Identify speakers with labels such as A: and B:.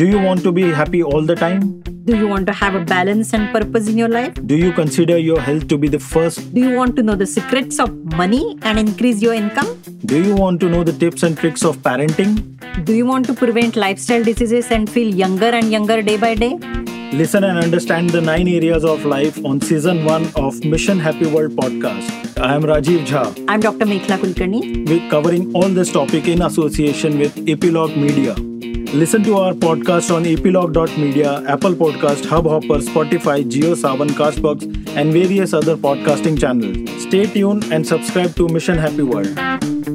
A: Do you want to be happy all the time?
B: Do you want to have a balance and purpose in your life?
A: Do you consider your health to be the first?
B: Do you want to know the secrets of money and increase your income?
A: Do you want to know the tips and tricks of parenting?
B: Do you want to prevent lifestyle diseases and feel younger and younger day by day?
A: Listen and understand the nine areas of life on season one of Mission Happy World podcast. I am Rajiv Jha,
B: I'm Dr. Meghla Kulkarni.
A: we're covering all this topic in association with Epilogue Media. Listen to our podcast on epilogue.media, Apple Podcast, Hubhopper, Spotify, JioSaavn, Castbox, and various other podcasting channels. Stay tuned and subscribe to Mission Happy World.